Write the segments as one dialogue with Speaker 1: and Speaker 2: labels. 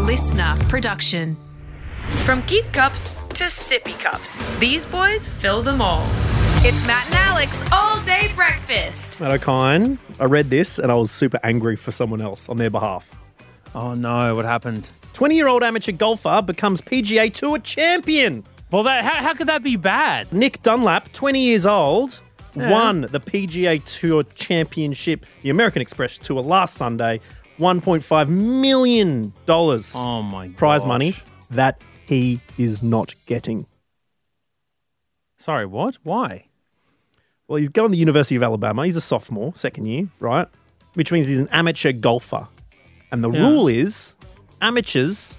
Speaker 1: listener production.
Speaker 2: From geek cups to sippy cups, these boys fill them all. It's Matt and Alex all day breakfast.
Speaker 3: Matt O'Kine, I read this and I was super angry for someone else on their behalf.
Speaker 4: Oh no, what happened?
Speaker 3: 20 year old amateur golfer becomes PGA Tour champion.
Speaker 4: Well, that how, how could that be bad?
Speaker 3: Nick Dunlap, 20 years old, won the PGA Tour Championship, the American Express Tour last Sunday, $1.5 million
Speaker 4: Oh my
Speaker 3: prize
Speaker 4: gosh.
Speaker 3: money that he is not getting.
Speaker 4: Sorry, what? Why?
Speaker 3: Well, he's going to the University of Alabama. He's a sophomore, second year, right? Which means he's an amateur golfer. And the
Speaker 4: Yeah.
Speaker 3: rule is amateurs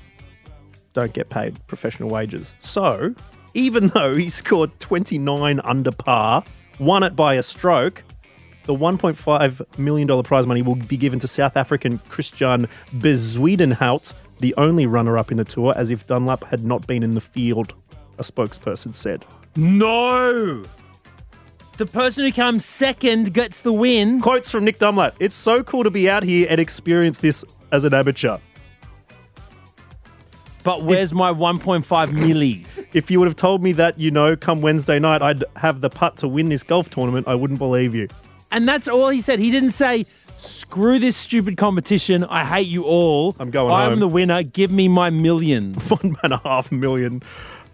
Speaker 3: don't get paid professional wages. So, even though he scored 29 under par, won it by a stroke, the $1.5 million prize money will be given to South African Christian Bezwedenhout, the only runner up in the tour, as if Dunlap had not been in the field, a spokesperson said.
Speaker 4: No. The person who comes second gets the win.
Speaker 3: Quotes from Nick Dunlap. It's so cool to be out here and experience this as an amateur.
Speaker 4: But where's my 1.5 milli?
Speaker 3: If you would have told me that, you know, come Wednesday night, I'd have the putt to win this golf tournament, I wouldn't believe you.
Speaker 4: And that's all he said. He didn't say, "Screw this stupid competition. I hate you all.
Speaker 3: I'm going
Speaker 4: I'm
Speaker 3: home."
Speaker 4: the winner. Give me my millions."
Speaker 3: One and a half million.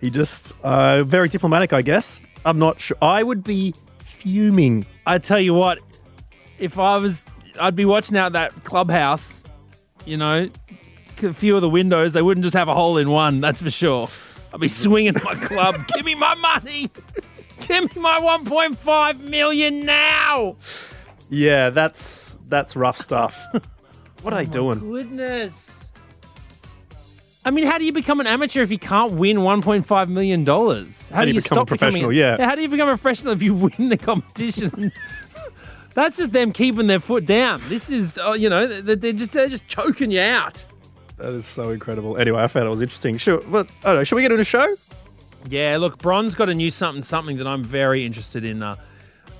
Speaker 3: He just, uh, very diplomatic, I guess. I'm not sure. I would be fuming.
Speaker 4: I tell you what, if I was, I'd be watching out that clubhouse. You know, a few of the windows. They wouldn't just have a hole in one. That's for sure. I'd be swinging my club. Give me my money. Give me my 1.5 million now.
Speaker 3: Yeah, that's that's rough stuff. what are they doing?
Speaker 4: Goodness. I mean, how do you become an amateur if you can't win 1.5 million dollars? How,
Speaker 3: do you become a
Speaker 4: stop becoming
Speaker 3: professional?
Speaker 4: a-
Speaker 3: Yeah.
Speaker 4: How do you become a professional if you win the competition? That's just them keeping their foot down. This is, uh, you know, they- they're just they're just choking you out.
Speaker 3: That is so incredible. Anyway, I found it was interesting. Sure, but I don't know. Should we get into a show?
Speaker 4: Yeah, look, Bron's got a new something something that I'm very interested in uh,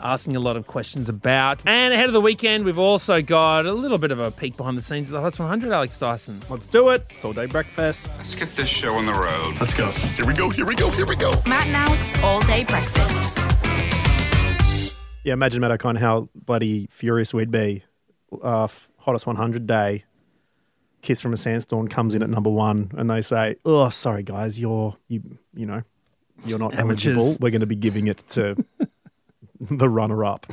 Speaker 4: asking a lot of questions about. And ahead of the weekend, we've also got a little bit of a peek behind the scenes of the Hot 100. Alex Dyson.
Speaker 3: Let's do it. It's all day breakfast.
Speaker 5: Let's get this show on the road.
Speaker 3: Let's go.
Speaker 5: Here we go, here we go, here we go.
Speaker 1: Matt and Alex all day breakfast.
Speaker 3: Yeah, imagine Matt O'Connor how bloody furious we'd be. Uh, f- hottest 100 day, Kiss from a Sandstorm comes in at number one, and they say, "Oh, sorry guys, you're you you know you're not
Speaker 4: Amateurs.
Speaker 3: eligible. We're going to be giving it to the runner up."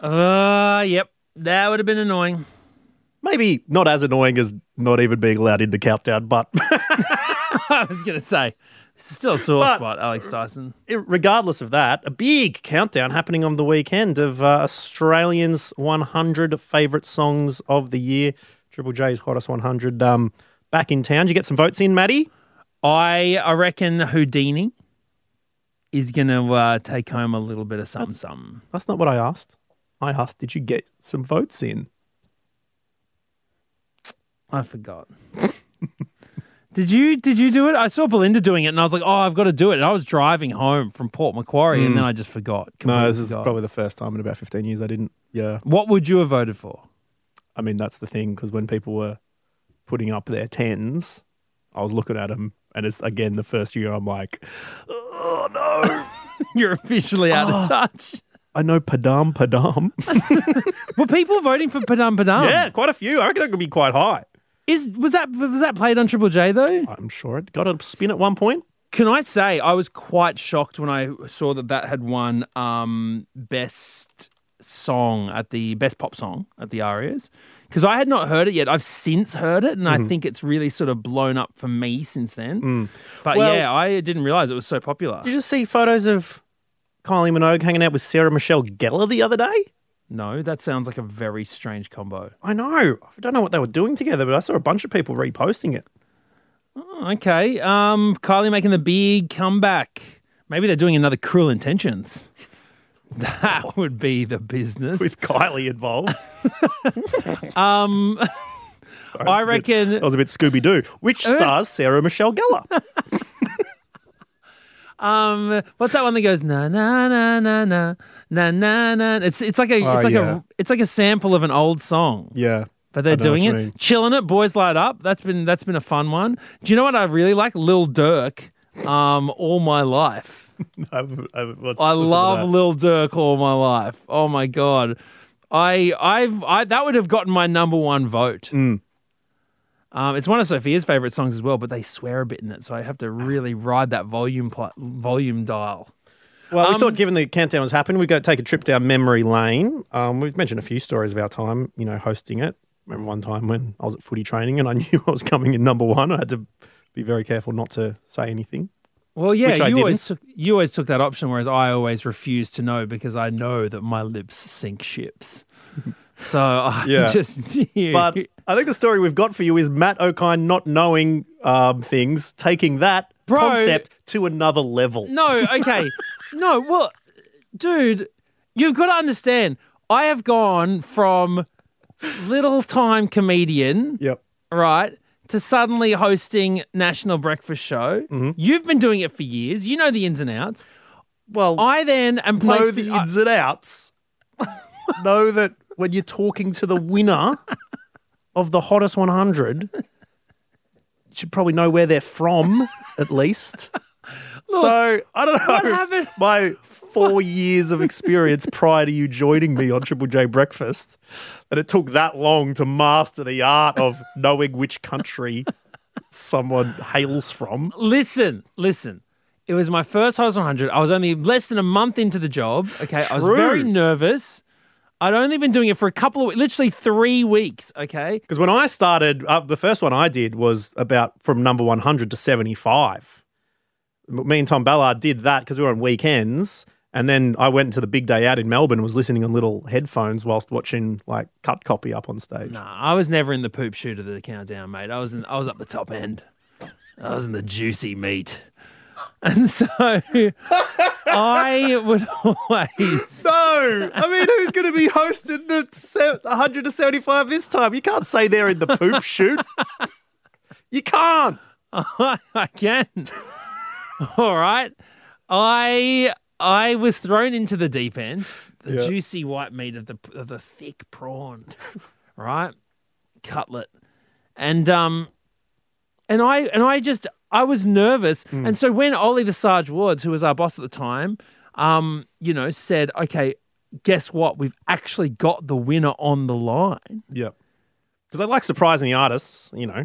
Speaker 4: Uh, yep. That would have been annoying.
Speaker 3: Maybe not as annoying as not even being allowed in the countdown, but
Speaker 4: I was going to say, this is still a sore
Speaker 3: But-
Speaker 4: spot, Alex Dyson.
Speaker 3: regardless of that, a big countdown happening on the weekend of uh, Australians' 100 favourite songs of the year. Triple J's hottest 100 um, back in town. Did you get some votes in, Maddie?
Speaker 4: I, I reckon Houdini is going to uh, take home a little bit of something, something.
Speaker 3: That's not what I asked. I asked, did you get some votes in?
Speaker 4: I forgot. did you did you do it? I saw Belinda doing it, and I was like, oh, I've got to do it. And I was driving home from Port Macquarie, and then I just forgot.
Speaker 3: Mm. No,
Speaker 4: completely
Speaker 3: this is
Speaker 4: forgot.
Speaker 3: probably the first time in about 15 years I didn't. Yeah.
Speaker 4: What would you have voted for?
Speaker 3: I mean, that's the thing, because when people were putting up their tens, I was looking at them. And it's again the first year I'm like, oh no.
Speaker 4: You're officially out
Speaker 3: Oh.
Speaker 4: of touch.
Speaker 3: I know Padam Padam.
Speaker 4: Were people voting for Padam Padam?
Speaker 3: yeah, quite a few. I reckon that could be quite high.
Speaker 4: Is was that was that played on Triple J though?
Speaker 3: I'm sure it got a spin at one point.
Speaker 4: Can I say I was quite shocked when I saw that that had won um, best song at the best pop song at the Arias because I had not heard it yet. I've since heard it, and I
Speaker 3: Mm-hmm.
Speaker 4: think it's really sort of blown up for me since then. But
Speaker 3: Mm. Well-
Speaker 4: yeah, I didn't realize it was so popular.
Speaker 3: Did you just see photos of Kylie Minogue hanging out with Sarah Michelle Gellar the other day?
Speaker 4: No, that sounds like a very strange combo.
Speaker 3: I know. I don't know what they were doing together, but I saw a bunch of people reposting it.
Speaker 4: Oh, okay, um, Kylie making the big comeback. Maybe they're doing another Cruel Intentions. That would be the business.
Speaker 3: with Kylie involved. um,
Speaker 4: I reckon- Uh.
Speaker 3: that was a bit Scooby Doo, which stars Sarah Michelle Gellar.
Speaker 4: Um, what's that one that goes na na na na na na na na? It's it's like a
Speaker 3: Oh,
Speaker 4: it's like
Speaker 3: yeah.
Speaker 4: a it's like a sample of an old song.
Speaker 3: yeah,
Speaker 4: but they're
Speaker 3: I know what
Speaker 4: doing
Speaker 3: you
Speaker 4: it,
Speaker 3: mean.
Speaker 4: chilling it. Boys light up. That's been that's been a fun one. Do you know what I really like? Lil Durk. Um, all my life.
Speaker 3: I've, I've, let's
Speaker 4: I
Speaker 3: listen to that.
Speaker 4: love Lil Durk all my life. Oh my god, I I've I that would have gotten my number one vote.
Speaker 3: Mm.
Speaker 4: Um, it's one of Sophia's favorite songs as well, but they swear a bit in it, so I have to really ride that volume pl- volume dial.
Speaker 3: Well, we
Speaker 4: Um,
Speaker 3: thought given the countdown was happening, we'd go take a trip down memory lane. Um, we've mentioned a few stories of our time, you know, hosting it. Remember one time when I was at footy training and I knew I was coming in number one. I had to be very careful not to say anything.
Speaker 4: Well, yeah,
Speaker 3: Which
Speaker 4: you
Speaker 3: I
Speaker 4: always took,
Speaker 3: didn't.
Speaker 4: you always took that option, whereas I always refused to know because I know that my lips sink ships. So I
Speaker 3: Yeah.
Speaker 4: just
Speaker 3: But I think the story we've got for you is Matt O'Kine not knowing um, things, taking that
Speaker 4: Bro.
Speaker 3: concept to another level.
Speaker 4: No, okay. no, well, dude, you've got to understand. I have gone from little time comedian,
Speaker 3: Yep.
Speaker 4: right, to suddenly hosting National Breakfast Show.
Speaker 3: Mm-hmm.
Speaker 4: You've been doing it for years. You know the ins and outs.
Speaker 3: Well,
Speaker 4: I then am placed.
Speaker 3: know the
Speaker 4: I-
Speaker 3: ins and outs. know that when you're talking to the winner of the hottest 100, you should probably know where they're from at least. so I don't know.
Speaker 4: what happened-
Speaker 3: My four years of experience prior to you joining me on Triple J Breakfast, that it took that long to master the art of knowing which country someone hails from.
Speaker 4: listen, listen. It was my first Hottest 100. I was only less than a month into the job. Okay, I was
Speaker 3: True.
Speaker 4: very nervous. I'd only been doing it for a couple of, literally three weeks. Okay,
Speaker 3: Because when I started, uh, the first one I did was about from number 100 to 75. M- Me and Tom Ballard did that because we were on weekends. And then I went to the big day out in Melbourne and was listening on little headphones whilst watching like cut copy up on stage.
Speaker 4: Nah, I was never in the poop shoot of the countdown, mate. I was in, I was up the top end. I was in the juicy meat. And so I would always
Speaker 3: No, I mean, who's going to be hosting the se- 100 to 75 this time? You can't say they're in the poop shoot. You can't.
Speaker 4: I can. All right. I I was thrown into the deep end, the
Speaker 3: Yeah.
Speaker 4: juicy white meat of the of the thick prawn, right? Cutlet. And um and I and I just I was nervous. And so when Ollie the Sarge Wards, who was our boss at the time, um, you know, said, "Okay, guess what? We've actually got the winner on the line."
Speaker 3: Yep. Because I like surprising the artists, you know.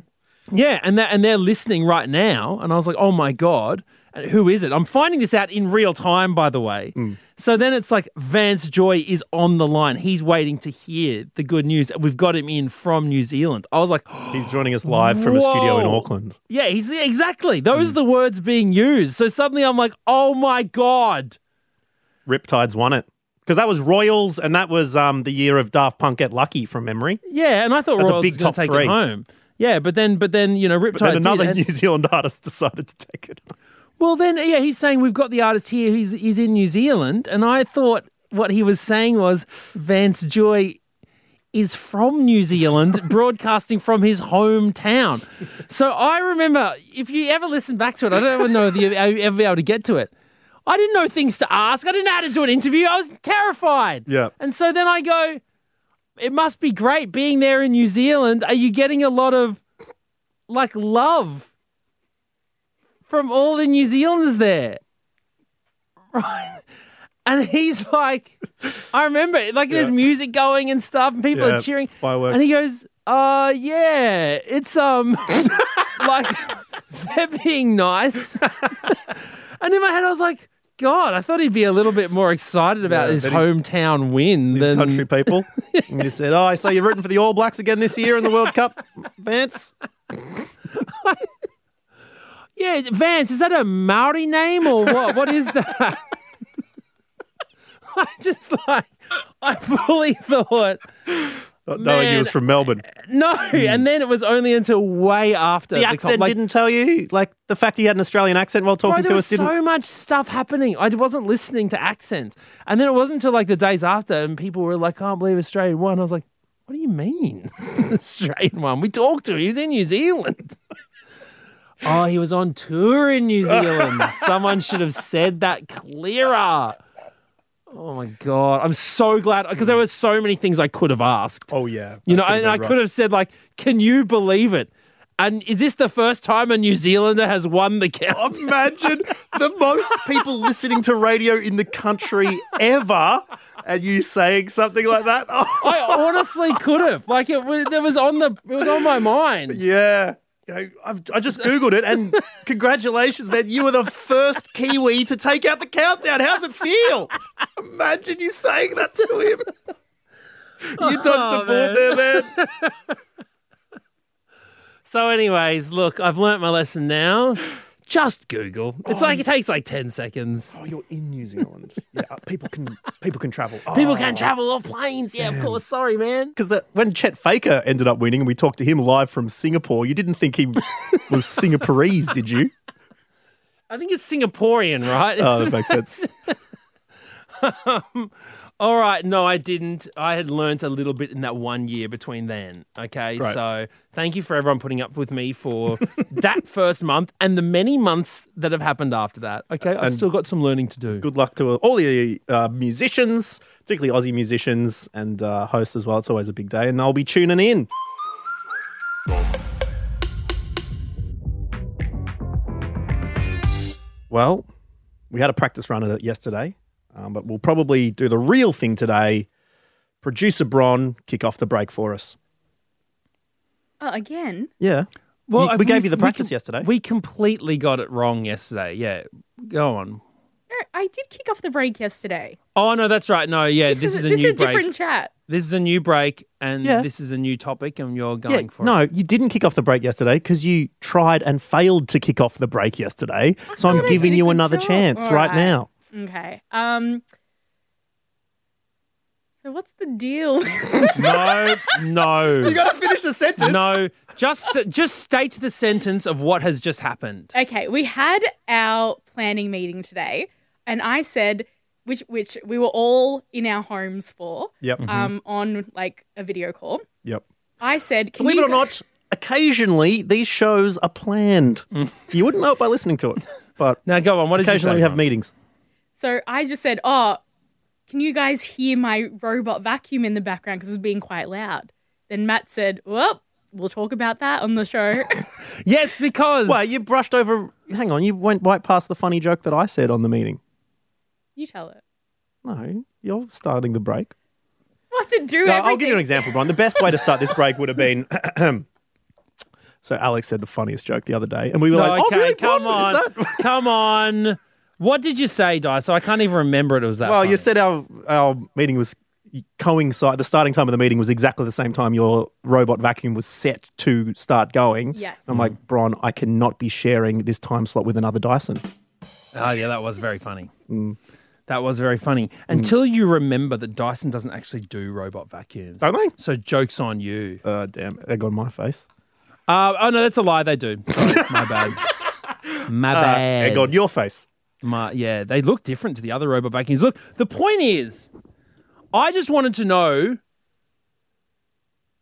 Speaker 4: Yeah, and that and they're listening right now, and I was like, oh my god, and who is it? I'm finding this out in real time, by the way.
Speaker 3: Mm.
Speaker 4: So then it's like Vance Joy is on the line. He's waiting to hear the good news. We've got him in from New Zealand. I was like,
Speaker 3: He's joining us live from a studio in
Speaker 4: Whoa.
Speaker 3: Auckland.
Speaker 4: yeah, he's exactly.
Speaker 3: Mm.
Speaker 4: Those are the words being used. So suddenly I'm like, oh my god.
Speaker 3: Riptides won it because that was Royals, and that was um, the year of Daft Punk get lucky from memory.
Speaker 4: Yeah, and I thought
Speaker 3: That's a
Speaker 4: Royals
Speaker 3: big
Speaker 4: was going
Speaker 3: top
Speaker 4: to take
Speaker 3: three.
Speaker 4: it home. Yeah, but then but then you know Riptide
Speaker 3: But then another
Speaker 4: did, and-
Speaker 3: New Zealand artist decided to take it.
Speaker 4: Well, then, yeah, he's saying we've got the artist here who's he's in New Zealand, and I thought what he was saying was Vance Joy is from New Zealand, broadcasting from his hometown. So I remember, if you ever listen back to it, I don't even know if you ever be able to get to it. I didn't know things to ask. I didn't know how to do an interview. I was terrified.
Speaker 3: Yeah.
Speaker 4: And so then I go, it must be great being there in New Zealand. Are you getting a lot of like love from all the New Zealanders there? Right. And he's like, I remember, it, like there's music going and stuff, and people
Speaker 3: Yeah,
Speaker 4: are cheering.
Speaker 3: fireworks.
Speaker 4: And he goes, uh, yeah, it's um, like they're being nice. and in my head, I was like, God, I thought he'd be a little bit more excited about
Speaker 3: Yeah,
Speaker 4: his
Speaker 3: but he's-
Speaker 4: hometown win
Speaker 3: These
Speaker 4: than
Speaker 3: country people. And you said, "Oh, I say you're rooting for the All Blacks again this year in the World Cup, Vance."
Speaker 4: Yeah, Vance, is that a Maori name or what? What is that? I just like I fully thought
Speaker 3: Not knowing Oh, he
Speaker 4: Man.
Speaker 3: was from Melbourne,
Speaker 4: no, and then it was only until way after
Speaker 3: Hmm. the,
Speaker 4: co-
Speaker 3: accent
Speaker 4: like,
Speaker 3: didn't tell you. Like the fact he had an Australian accent while
Speaker 4: Bro,
Speaker 3: talking
Speaker 4: there
Speaker 3: to
Speaker 4: was
Speaker 3: us didn't.
Speaker 4: so much stuff happening. I wasn't listening to accents, and then it wasn't until like the days after, and people were like, "Can't believe Australian won." I was like, "What do you mean, Australian won? We talked to him. He's in New Zealand." oh, he was on tour in New Zealand. Someone should have said that clearer. Oh my god! I'm so glad because there were so many things I could have asked.
Speaker 3: Oh yeah,
Speaker 4: You know,
Speaker 3: That
Speaker 4: and I
Speaker 3: been
Speaker 4: could
Speaker 3: rough.
Speaker 4: have said like, "Can you believe it?" And is this the first time a New Zealander has won the count?
Speaker 3: Imagine the most people listening to radio in the country ever, and you saying something like that. Oh,
Speaker 4: I honestly could have. Like it was, it was on the, it was on my mind.
Speaker 3: yeah. You know, I've, I just Googled it, and congratulations, man. You were the first Kiwi to take out the countdown. How's it feel? Imagine you saying that to him. You dodged the bullet
Speaker 4: man.
Speaker 3: there, Oh, man.
Speaker 4: So, anyways, look, I've learnt my lesson now. Just Google. It's like it takes like ten seconds.
Speaker 3: Oh, you're in New Zealand. Yeah, uh, people can people can travel. Oh.
Speaker 4: People can travel on planes. Yeah, of course. Sorry, man.
Speaker 3: because when Chet Faker ended up winning and we talked to him live from Singapore, you didn't think he was Singaporese, did you?
Speaker 4: I think it's Singaporean, right?
Speaker 3: Oh, that makes sense.
Speaker 4: All right, no, I didn't. I had learnt a little bit in that one year between then. Okay,
Speaker 3: Right.
Speaker 4: so thank you for everyone putting up with me for that first month and the many months that have happened after that. Okay, I've still got some learning to do.
Speaker 3: Good luck to all the uh, musicians, particularly Aussie musicians and uh, hosts as well. It's always a big day, and I'll be tuning in. Well, we had a practice run at it yesterday, um, but we'll probably do the real thing today. Producer Bron, kick off the break for us.
Speaker 6: Oh, again?
Speaker 3: Yeah. You-
Speaker 4: I-
Speaker 3: we gave you the
Speaker 4: uh, we
Speaker 3: practice
Speaker 4: com-
Speaker 3: yesterday.
Speaker 4: We completely got it wrong yesterday. Yeah, go on.
Speaker 6: Er, I did kick off the break yesterday.
Speaker 4: Oh no, that's right. No, yeah, this, is, a
Speaker 6: this
Speaker 4: new
Speaker 6: is a
Speaker 4: break.
Speaker 6: different chat.
Speaker 4: This is a new break, and
Speaker 3: Yeah.
Speaker 4: this is a new topic, and you're
Speaker 3: Yeah,
Speaker 4: going for
Speaker 3: no,
Speaker 4: it.
Speaker 3: you didn't kick off the break yesterday because you tried and failed to kick off the break yesterday. So I'm
Speaker 6: thought I
Speaker 3: giving
Speaker 6: did a
Speaker 3: you
Speaker 6: good
Speaker 3: another
Speaker 6: job.
Speaker 3: chance
Speaker 6: All
Speaker 3: right
Speaker 6: right.
Speaker 3: now.
Speaker 6: Okay. Um. So what's the deal?
Speaker 4: No, no, no.
Speaker 3: got to finish the sentence.
Speaker 4: No, just just state the sentence of what has just happened.
Speaker 6: okay, we had our planning meeting today, and I said, which which we were all in our homes for,
Speaker 3: Yep.
Speaker 4: Mm-hmm.
Speaker 6: um, on like a video call.
Speaker 3: Yep.
Speaker 6: I said, Can
Speaker 3: Believe
Speaker 6: you
Speaker 3: it or
Speaker 6: go-
Speaker 3: not, occasionally these shows are planned. you wouldn't know it by listening to it, but
Speaker 4: Now go on. Mm. What did
Speaker 3: occasionally
Speaker 4: you
Speaker 3: we
Speaker 4: say,
Speaker 3: have
Speaker 4: Ron?
Speaker 3: meetings.
Speaker 6: So I just said, Oh, can you guys hear my robot vacuum in the background because it's being quite loud? Then Matt said, Well, we'll talk about that on the show.
Speaker 4: Yes, because
Speaker 3: Well, you brushed over. Hang on, you went right past the funny joke that I said on the meeting.
Speaker 6: you tell it.
Speaker 3: No, you're starting the break.
Speaker 6: We'll have to do
Speaker 3: No,
Speaker 6: everything.
Speaker 3: I'll give you an example, Brian. The best way to start this break would have been. so Alex said the funniest joke the other day, and we were
Speaker 4: No,
Speaker 3: like, "Oh,
Speaker 4: okay,
Speaker 3: really?
Speaker 4: come
Speaker 3: Bron,
Speaker 4: on,
Speaker 3: is that-"
Speaker 4: come on. What did you say, Dice? So I can't even remember it. was that.
Speaker 3: Well,
Speaker 4: funny.
Speaker 3: you said our our meeting was coincide. The starting time of the meeting was exactly the same time your robot vacuum was set to start going.
Speaker 6: Yes.
Speaker 3: I'm like, Bron, I cannot be sharing this time slot with another Dyson.
Speaker 4: Oh yeah, that was very funny.
Speaker 3: Mm.
Speaker 4: That was very funny. Until you remember that Dyson doesn't actually do robot vacuums.
Speaker 3: Don't they?
Speaker 4: So jokes on you.
Speaker 3: Uh, damn, it got on my face.
Speaker 4: Uh, oh no, that's a lie. They do. Sorry, my bad. My
Speaker 3: Uh,
Speaker 4: bad.
Speaker 3: Egg on your face.
Speaker 4: My, yeah, they look different to the other robot vacuums. Look, the point is, I just wanted to know.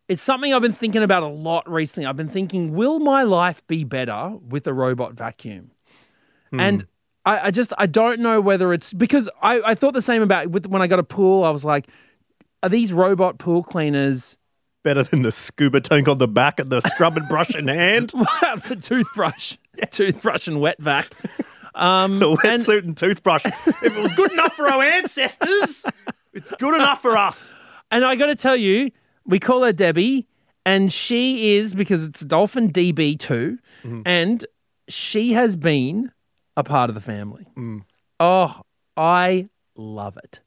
Speaker 4: It's something I've been thinking about a lot recently. I've been thinking, will my life be better with a robot vacuum? And I, I just I don't know whether it's because I, I thought the same about with when I got a pool. I was like, are these robot pool cleaners?
Speaker 3: Better than the scuba tank on the back and the scrub and brush in hand,
Speaker 4: Wow, the toothbrush, toothbrush and wet vac.
Speaker 3: the
Speaker 4: And-
Speaker 3: wetsuit and toothbrush. if it was good enough for our ancestors, it's good enough for us.
Speaker 4: And I got to tell you, we call her Debbie, and she is because it's Dolphin DB2, and she has been a part of the family. Oh, I love it.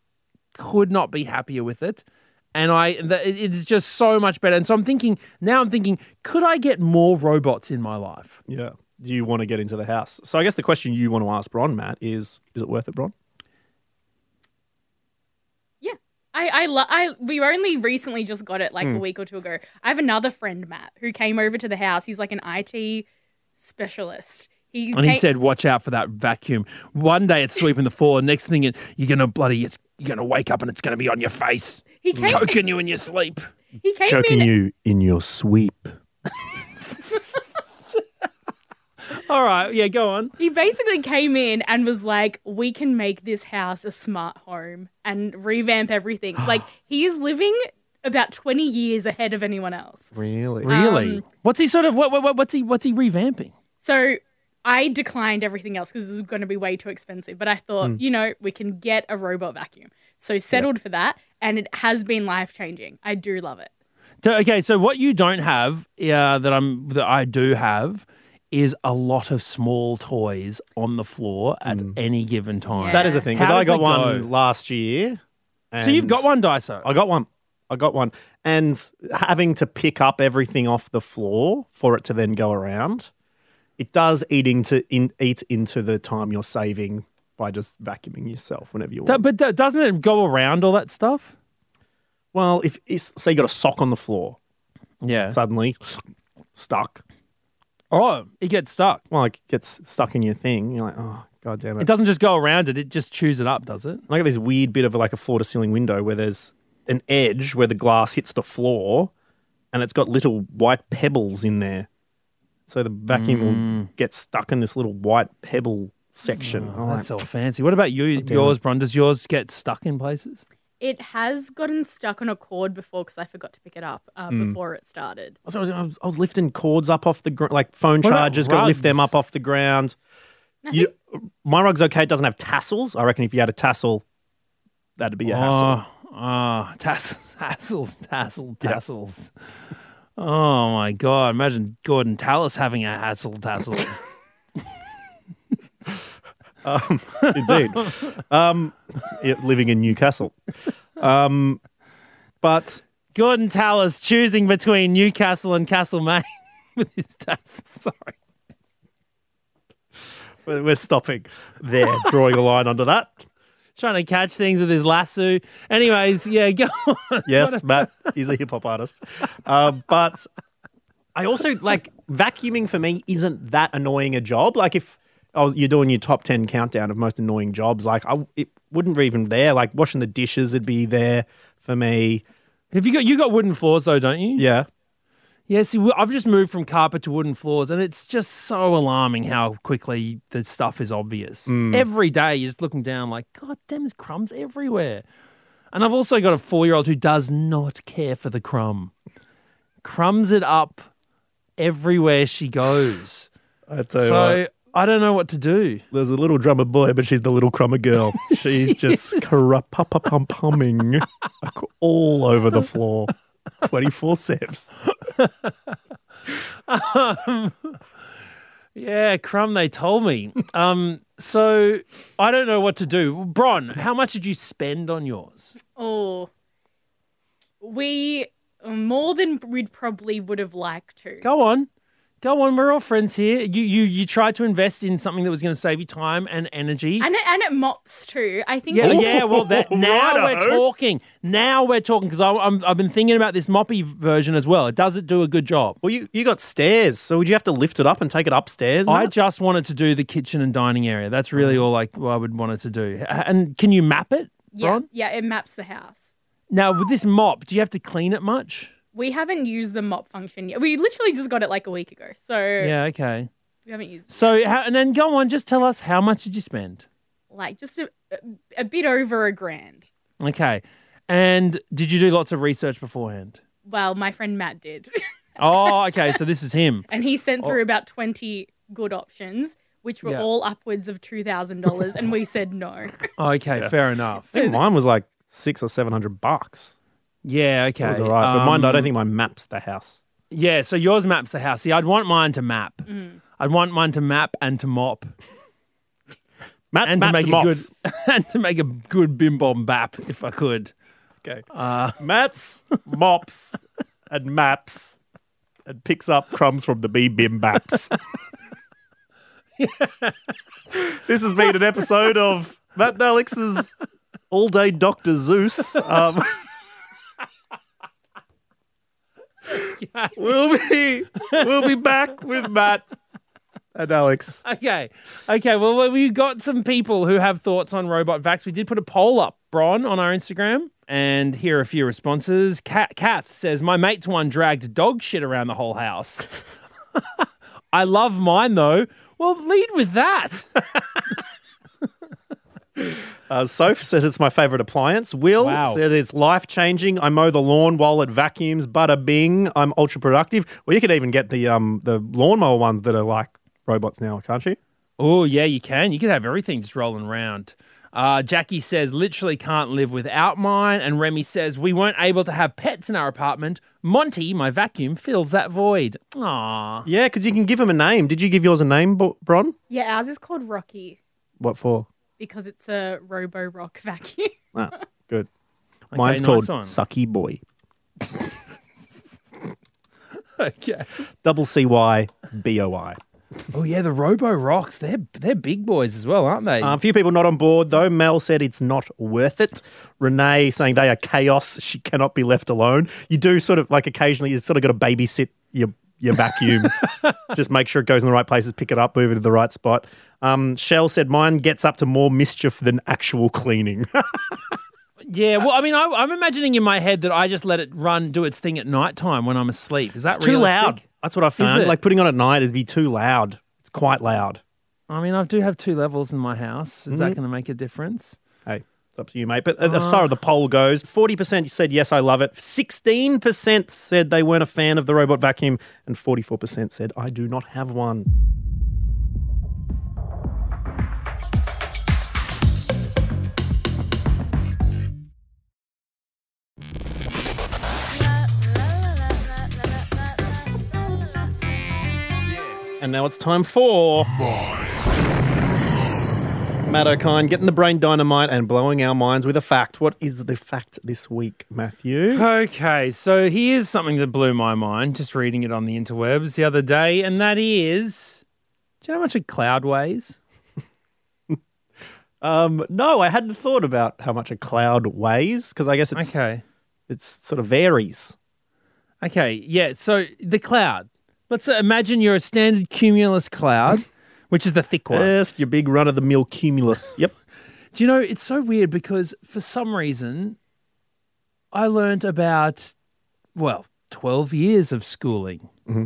Speaker 4: Could not be happier with it. And I, th- it- it's just so much better. And so I'm thinking now. I'm thinking, could I get more robots in my life?
Speaker 3: Yeah. Do you want to get into the house? So I guess the question you want to ask Bron, Matt, is is it worth it, Bron?
Speaker 6: Yeah. I, I, lo- I, we only recently just got it
Speaker 3: Hmm.
Speaker 6: like a week or two ago. I have another friend, Matt, who came over to the house. He's like an IT specialist. He
Speaker 4: And he
Speaker 6: came-
Speaker 4: said, "Watch out for that vacuum. One day it's sweeping the floor. Next thing, it- you're gonna bloody, it's, you're gonna wake up and it's gonna be on your face,
Speaker 6: he came,
Speaker 4: choking you in your sleep."
Speaker 6: he came in.
Speaker 3: you in your sweep.
Speaker 4: All right, yeah, go on.
Speaker 6: He basically came in and was like, "We can make this house a smart home and revamp everything." like he is living about twenty years ahead of anyone else.
Speaker 3: Really?
Speaker 4: Really? Um, what's he sort of? What, what, what- what's he? What's he revamping?
Speaker 6: So I declined everything else because it was going to be way too expensive. But I thought,
Speaker 4: Hmm.
Speaker 6: you know, we can get a robot vacuum. So settled for that, and it has been life changing. I do love it.
Speaker 4: So- okay, so what you don't have, uh, that I'm that I do have, is a lot of small toys on the floor at any given time.
Speaker 3: Mm. That is the thing because
Speaker 4: How
Speaker 3: I
Speaker 4: does
Speaker 3: got
Speaker 4: it
Speaker 3: one
Speaker 4: go?
Speaker 3: last year.
Speaker 4: So you've
Speaker 3: and-
Speaker 4: got one Daiso.
Speaker 3: I got one. I got one. And having to pick up everything off the floor for it to then go around, it does eating to in, eat into the time you're saving by just vacuuming yourself whenever you
Speaker 4: Do-
Speaker 3: want.
Speaker 4: but do- doesn't it go around all that stuff?
Speaker 3: well, if it's, say you got a sock on the floor
Speaker 4: Yeah.
Speaker 3: suddenly stuck.
Speaker 4: oh, it gets stuck.
Speaker 3: Well, it gets stuck in your thing. You're like, oh god damn it.
Speaker 4: It doesn't just go around it; it just chews it up, does it?
Speaker 3: And I got this weird bit of like a floor to ceiling window where there's an edge where the glass hits the floor and it's got little white pebbles in there. So the vacuum will get stuck in this little white pebble section. Oh, I'm like,
Speaker 4: That's all fancy. What about you? yours, Bron? Does yours get stuck in places?
Speaker 6: It has gotten stuck on a cord before because I forgot to pick it up uh,
Speaker 4: Hmm.
Speaker 6: before it started.
Speaker 3: that's what I, was, doing. I, was, I was lifting cords up off the ground, like phone
Speaker 4: What about
Speaker 3: chargers, got to lift them
Speaker 4: rugs?
Speaker 3: up off the ground. You, my rug's okay. It doesn't have tassels. I reckon if you had a tassel, that'd be a hassle.
Speaker 4: Oh, oh, tassels, tassels, tassel, tassels. Oh my god! Imagine Gordon Tallis having a hassle tassel. Oh.
Speaker 3: Indeed. um, yeah, living in Newcastle. Um, but
Speaker 4: Gordon Tallis choosing between Newcastle and Castlemaine with his tassels. Sorry.
Speaker 3: We're we're stopping there, drawing a line under that.
Speaker 4: Trying to catch things with his lasso. Anyways, yeah, go on.
Speaker 3: Yes, Matt is a hip hop artist. Um, but I also like vacuuming for me isn't that annoying a job. Like if I was, you're doing your top 10 countdown of most annoying jobs, like I, it wouldn't be even there. Like washing the dishes would be there for me.
Speaker 4: Have you got you got wooden floors though, don't you?
Speaker 3: Yeah.
Speaker 4: Yeah, see, w- I've just moved from carpet to wooden floors, and it's just so alarming how quickly the stuff is obvious. Every day, you're just looking down, like, God damn, there's crumbs everywhere. And I've also got a four year old who does not care for the crumb, crumbs it up everywhere she goes.
Speaker 3: I tell you
Speaker 4: so
Speaker 3: what,
Speaker 4: I don't know what to do.
Speaker 3: there's a little drummer boy, but she's the little crummer girl. She's just pum pumming all over the floor 24 7.
Speaker 4: Yeah, crumb, they told me. um, so I don't know what to do. Bron, how much did you spend on yours?
Speaker 6: Oh, we more than we'd probably would have liked to.
Speaker 4: Go on. Go on, we're all friends here. You you you tried to invest in something that was going to save you time and energy.
Speaker 6: And it, and it mops too. I think.
Speaker 4: yeah,
Speaker 6: it was-
Speaker 4: yeah. Well, that, now
Speaker 3: righto.
Speaker 4: we're talking. Now we're talking because I'm I've been thinking about this moppy version as well. Does it do a good job?
Speaker 3: Well, you, you got stairs, so would you have to lift it up and take it upstairs?
Speaker 4: I
Speaker 3: now?
Speaker 4: just wanted to do the kitchen and dining area. That's really all I, I would want it to do. H- And can you map it,
Speaker 6: yeah,
Speaker 4: Ron?
Speaker 6: yeah. It maps the house.
Speaker 4: Now with this mop, do you have to clean it much?
Speaker 6: We haven't used the mop function yet. We literally just got it like a week ago, so
Speaker 4: Yeah. Okay.
Speaker 6: we haven't used it.
Speaker 4: So how, and then go on. Just tell us how much did you spend?
Speaker 6: like just a, a bit over a grand.
Speaker 4: Okay. And did you do lots of research beforehand?
Speaker 6: Well, my friend Matt did,
Speaker 4: Oh, okay. So this is him.
Speaker 6: and he sent through about twenty good options, which were
Speaker 4: Yeah.
Speaker 6: all upwards of two thousand dollars, and we said no.
Speaker 4: Okay, fair enough.
Speaker 3: I think mine was like six or seven hundred bucks.
Speaker 4: Yeah, okay.
Speaker 3: It was all right, but mine, I don't
Speaker 4: Um,
Speaker 3: think mine maps the house.
Speaker 4: Yeah, so yours maps the house. See, I'd want mine to map.
Speaker 3: Mm.
Speaker 4: I'd want mine to map and to mop
Speaker 3: Maps,
Speaker 4: and
Speaker 3: maps
Speaker 4: to make
Speaker 3: mops.
Speaker 4: a good and to make a good bim bom bap if I could.
Speaker 3: Okay.
Speaker 4: uh,
Speaker 3: Mats, mops, and maps, and picks up crumbs from the bee bim baps. this has been an episode of Matt and Alex's All Day Doctor Zeus. Um, we'll be we'll be back with Matt and Alex.
Speaker 4: Okay, okay. Well, well, we've got some people who have thoughts on robot vax. We did put a poll up, Bron, on our Instagram, and here are a few responses. Cat Kath says, "My mate's one dragged dog shit around the whole house. I love mine though. Well, lead with that.
Speaker 3: Uh, Soph says it's my favorite appliance. Will
Speaker 4: Wow.
Speaker 3: said it's life changing. I mow the lawn while it vacuums. Bada bing. I'm ultra productive. Well, you could even get the um the lawnmower ones that are like robots now, can't you?
Speaker 4: Oh, yeah, you can. You can have everything just rolling around. Uh, Jackie says, literally can't live without mine. And Remy says, we weren't able to have pets in our apartment. Monty, my vacuum, fills that void. Aww.
Speaker 3: Yeah, because you can give them a name. Did you give yours a name, Bo- Bron?
Speaker 6: Yeah, ours is called Rocky
Speaker 3: What for?
Speaker 6: because it's a Robo Rock vacuum.
Speaker 3: Ah, good. Mine's
Speaker 4: nice
Speaker 3: called
Speaker 4: one.
Speaker 3: Sucky Boy.
Speaker 4: Okay.
Speaker 3: Double C Y B O I.
Speaker 4: Oh, yeah, the Robo Rocks. They're, they're big boys as well, aren't they?
Speaker 3: A Um, few people not on board though. Mel said it's not worth it. Renee saying they are chaos. She cannot be left alone. You do sort of like occasionally you sort of got to babysit your your vacuum. Just make sure it goes in the right places, pick it up, move it to the right spot. Um, Shell said mine gets up to more mischief than actual cleaning.
Speaker 4: yeah, well, I mean, I, I'm imagining in my head that I just let it run, do its thing at night time when I'm asleep. Is that
Speaker 3: too loud.
Speaker 4: realistic?
Speaker 3: That's what I found.
Speaker 4: it?
Speaker 3: Like putting on at night, it'd be too loud. It's quite loud.
Speaker 4: I mean, I do have two levels in my house. Is
Speaker 3: Mm-hmm.
Speaker 4: that going to make a difference?
Speaker 3: Hey, it's up to you, mate. But uh, as far as the poll goes, 40% said yes, I love it. 16% said they weren't a fan of the robot vacuum. And 44% said, I do not have one. And now it's time for. Matt O'Kine getting the brain dynamite and blowing our minds with a fact. What is the fact this week, Matthew?
Speaker 4: Okay, so here's something that blew my mind just reading it on the interwebs the other day, and that is do you know how much a cloud weighs?
Speaker 3: Um, no, I hadn't thought about how much a cloud weighs because I guess it's
Speaker 4: Okay.
Speaker 3: it's sort of varies.
Speaker 4: Okay, yeah, so the cloud. Let's uh, imagine you're a standard cumulus cloud, which is the thick one.
Speaker 3: Yes, your big run of the mill cumulus. Yep.
Speaker 4: Do you know, it's so weird because for some reason, I learned about, well, 12 years of schooling,
Speaker 3: Mm-hmm.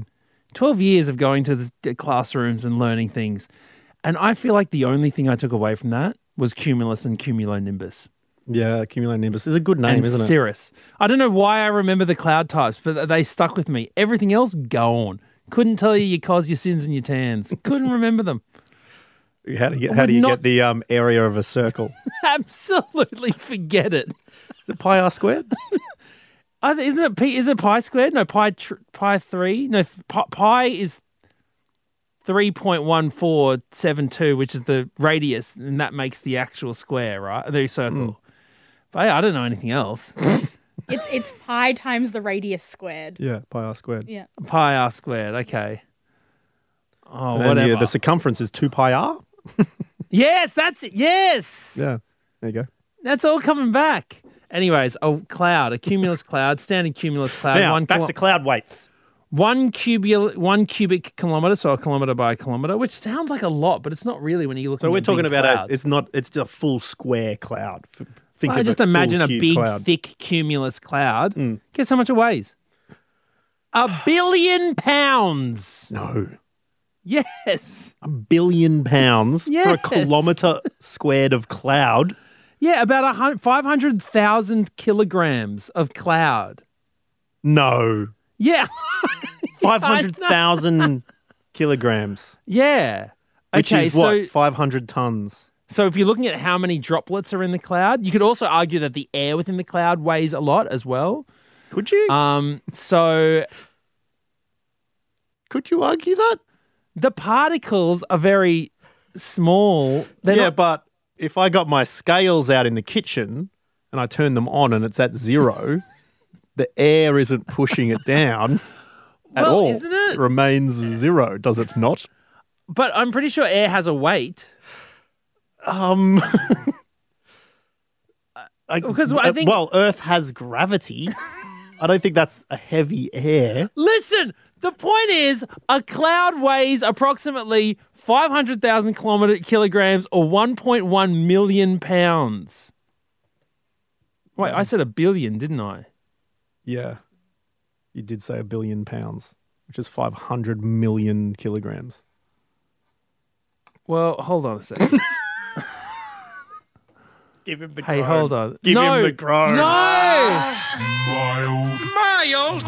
Speaker 4: 12 years of going to the the classrooms and learning things. And I feel like the only thing I took away from that was cumulus and cumulonimbus
Speaker 3: Yeah, cumulonimbus is a good name,
Speaker 4: and
Speaker 3: isn't it?
Speaker 4: cirrus. I don't know why I remember the cloud types, but they stuck with me. Everything else, gone. Couldn't tell you your cause, your sins, and your tans. Couldn't remember them.
Speaker 3: How do you, how do you
Speaker 4: not-
Speaker 3: get the um, area of a circle?
Speaker 4: Absolutely forget it.
Speaker 3: the pi r squared?
Speaker 4: I th- isn't it pi? Is it pi squared? No, pi tr- pi three. No, th- pi, pi is three point one four seven two, which is the radius, and that makes the actual square, right? The circle.
Speaker 3: Hmm.
Speaker 4: But yeah, I don't know anything else.
Speaker 6: it's it's pi times the radius squared.
Speaker 3: yeah, pi r squared.
Speaker 6: Yeah.
Speaker 4: pi r squared. Okay. Oh,
Speaker 3: And then
Speaker 4: whatever.
Speaker 3: yeah, the circumference is 2 pi r.
Speaker 4: yes, that's it. Yes.
Speaker 3: Yeah. There you go.
Speaker 4: That's all coming back. Anyways, a cloud, a cumulus cloud, standard cumulus cloud.
Speaker 3: now,
Speaker 4: one
Speaker 3: back
Speaker 4: kilo-
Speaker 3: to cloud weights.
Speaker 4: one cubul one cubic kilometer, so a kilometer by a kilometer, which sounds like a lot, but it's not really when you look.
Speaker 3: So we're talking about a, it's not it's just a full square cloud. F- Think
Speaker 4: I
Speaker 3: of
Speaker 4: just
Speaker 3: a full
Speaker 4: imagine a
Speaker 3: cube
Speaker 4: big,
Speaker 3: cloud. Mm.
Speaker 4: thick cumulus cloud. Guess how much it weighs? A billion pounds.
Speaker 3: No.
Speaker 4: Yes.
Speaker 3: A billion pounds for a
Speaker 4: Yes.
Speaker 3: kilometer squared of cloud.
Speaker 4: Yeah, about a hun- 500,000 kilograms of cloud.
Speaker 3: No.
Speaker 4: Yeah.
Speaker 3: Five hundred thousand kilograms.
Speaker 4: yeah.
Speaker 3: Which
Speaker 4: okay,
Speaker 3: is what?
Speaker 4: so
Speaker 3: Five hundred tons.
Speaker 4: So if you're looking at how many droplets are in the cloud, you could also argue that the air within the cloud weighs a lot as well.
Speaker 3: Could you?
Speaker 4: Um, so
Speaker 3: could you argue that?
Speaker 4: the particles are very small. They're
Speaker 3: yeah,
Speaker 4: not-
Speaker 3: but if I got my scales out in the kitchen and I turn them on and it's at zero, the air isn't pushing it down at
Speaker 4: Well,
Speaker 3: all.
Speaker 4: isn't it?
Speaker 3: remains zero, does it not?
Speaker 4: but I'm pretty sure air has a weight.
Speaker 3: Um. I,
Speaker 4: Because I
Speaker 3: uh,
Speaker 4: think-
Speaker 3: well, Earth has gravity. I don't think that's a heavy air.
Speaker 4: Listen, the point is a cloud weighs approximately 500,000 kilometer kilograms or 1.1 million pounds. Wait, I said a billion, didn't I?
Speaker 3: Yeah, you did say a billion pounds, which is five hundred million kilograms.
Speaker 4: Well, hold on a second.
Speaker 3: Give him the
Speaker 4: hey, hold on.
Speaker 3: Give
Speaker 4: no,
Speaker 3: him the groan.
Speaker 4: No!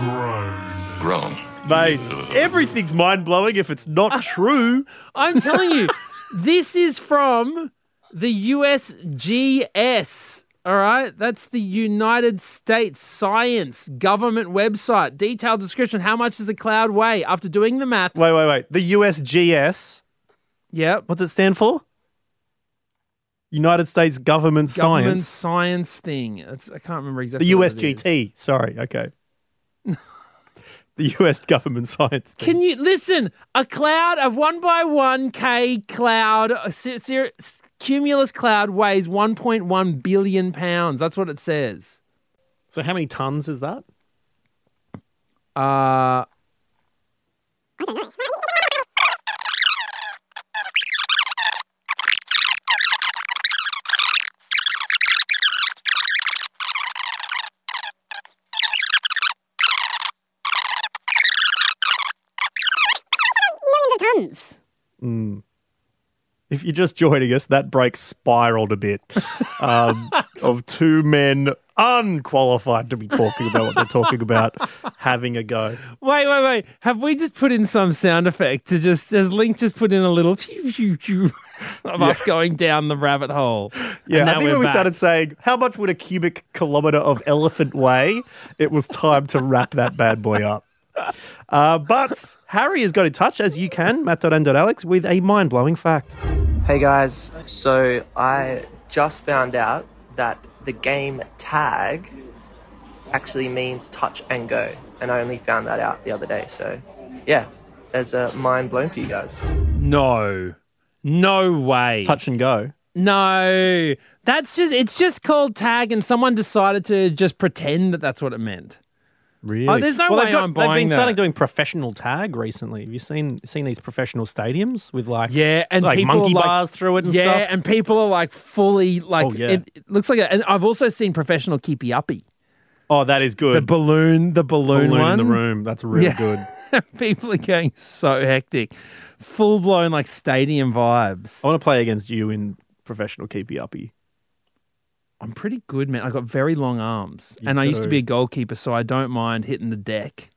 Speaker 5: Grown.
Speaker 3: Mate, everything's mind blowing if it's not true.
Speaker 4: I'm telling you, this is from the USGS. All right, that's the United States Science Government website. Detailed description: How much does the cloud weigh? After doing the math,
Speaker 3: Wait, wait, wait. The USGS,
Speaker 4: yep.
Speaker 3: what's it stand for? United States Government,
Speaker 4: Government
Speaker 3: Science.
Speaker 4: science thing. It's, I can't remember exactly.
Speaker 3: The
Speaker 4: what it is.
Speaker 3: USGT. Sorry, okay. the US Government Science. Thing.
Speaker 4: Can you listen? A cloud of one by one k cloud a se- se- cumulus cloud weighs 1.1 billion pounds. That's what it says.
Speaker 3: so, how many tons is that?
Speaker 4: Uh,
Speaker 7: tons.
Speaker 3: If you're just joining us, that break spiraled a bit um, of two men unqualified to be talking about what they're talking about, having a go.
Speaker 4: Wait, wait, wait. Have we just put in some sound effect to just, has Link just put in a little pew, pew, pew of us going down the rabbit hole?
Speaker 3: Yeah,
Speaker 4: And
Speaker 3: I
Speaker 4: now
Speaker 3: think when
Speaker 4: we're
Speaker 3: we
Speaker 4: back.
Speaker 3: started saying, how much would a cubic kilometre of elephant weigh? It was time to wrap that bad boy up. Uh, but Harry has got in touch, as you can, Matt.n.alex, with a mind blowing fact.
Speaker 8: Hey guys, so I just found out that the game tag actually means touch and go, and I only found that out the other day. So, yeah, there's a mind blown for you guys.
Speaker 4: No. No way.
Speaker 3: Touch and go.
Speaker 4: No. That's just, it's just called tag and someone decided to just pretend that that's what it meant.
Speaker 3: Really?
Speaker 4: Oh, there's no
Speaker 3: well,
Speaker 4: way
Speaker 3: they've, got,
Speaker 4: I'm
Speaker 3: they've
Speaker 4: buying
Speaker 3: been starting
Speaker 4: that.
Speaker 3: doing professional tag recently. Have you seen seen these professional stadiums with like
Speaker 4: Yeah, and
Speaker 3: like
Speaker 4: people are
Speaker 3: monkey
Speaker 4: like-
Speaker 3: bars through it and
Speaker 4: yeah,
Speaker 3: stuff?
Speaker 4: and people are like fully like,
Speaker 3: Oh, yeah.
Speaker 4: it, it looks like, a, and I've also seen professional keepy uppy.
Speaker 3: oh, that is
Speaker 4: The
Speaker 3: good.
Speaker 4: balloon, the balloon,
Speaker 3: Balloon
Speaker 4: one.
Speaker 3: in the room. That's really
Speaker 4: Yeah.
Speaker 3: good.
Speaker 4: People are going so hectic. Full blown like stadium vibes.
Speaker 3: I want to play against you in professional keepy uppy.
Speaker 4: I'm pretty good, man. I got very long arms.
Speaker 3: You
Speaker 4: and I used to
Speaker 3: do.
Speaker 4: be a goalkeeper, so I don't mind hitting the deck,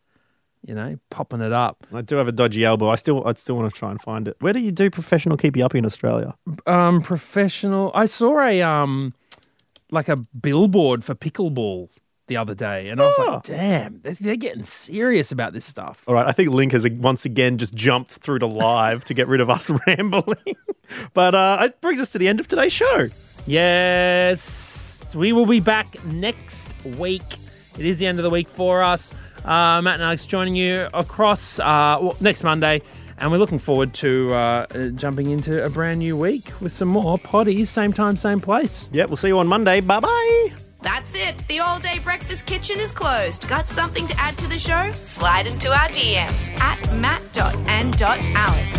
Speaker 4: you know, popping it up.
Speaker 3: I do have a dodgy elbow. I still, I still want to try and find it. Where do you do professional keepy uppy in Australia?
Speaker 4: Um professional I saw a um like a billboard for pickleball the other day and I was
Speaker 3: Oh.
Speaker 4: like, damn, they're, they're getting serious about this stuff.
Speaker 3: All right, I think Link has uh, once again just jumped through to live to get rid of us rambling. but uh, it brings us to the end of today's show.
Speaker 4: Yes, we will be back next week. It is the end of the week for us. Uh, Matt and Alex joining you across uh, well, next Monday, and we're looking forward to uh, uh, jumping into a brand new week with some more potties. Same time, same place.
Speaker 3: Yeah, we'll see you on Monday. Bye bye.
Speaker 2: That's it. The all day breakfast kitchen is closed. Got something to add to the show? Slide into our DMs at matt.and.alex.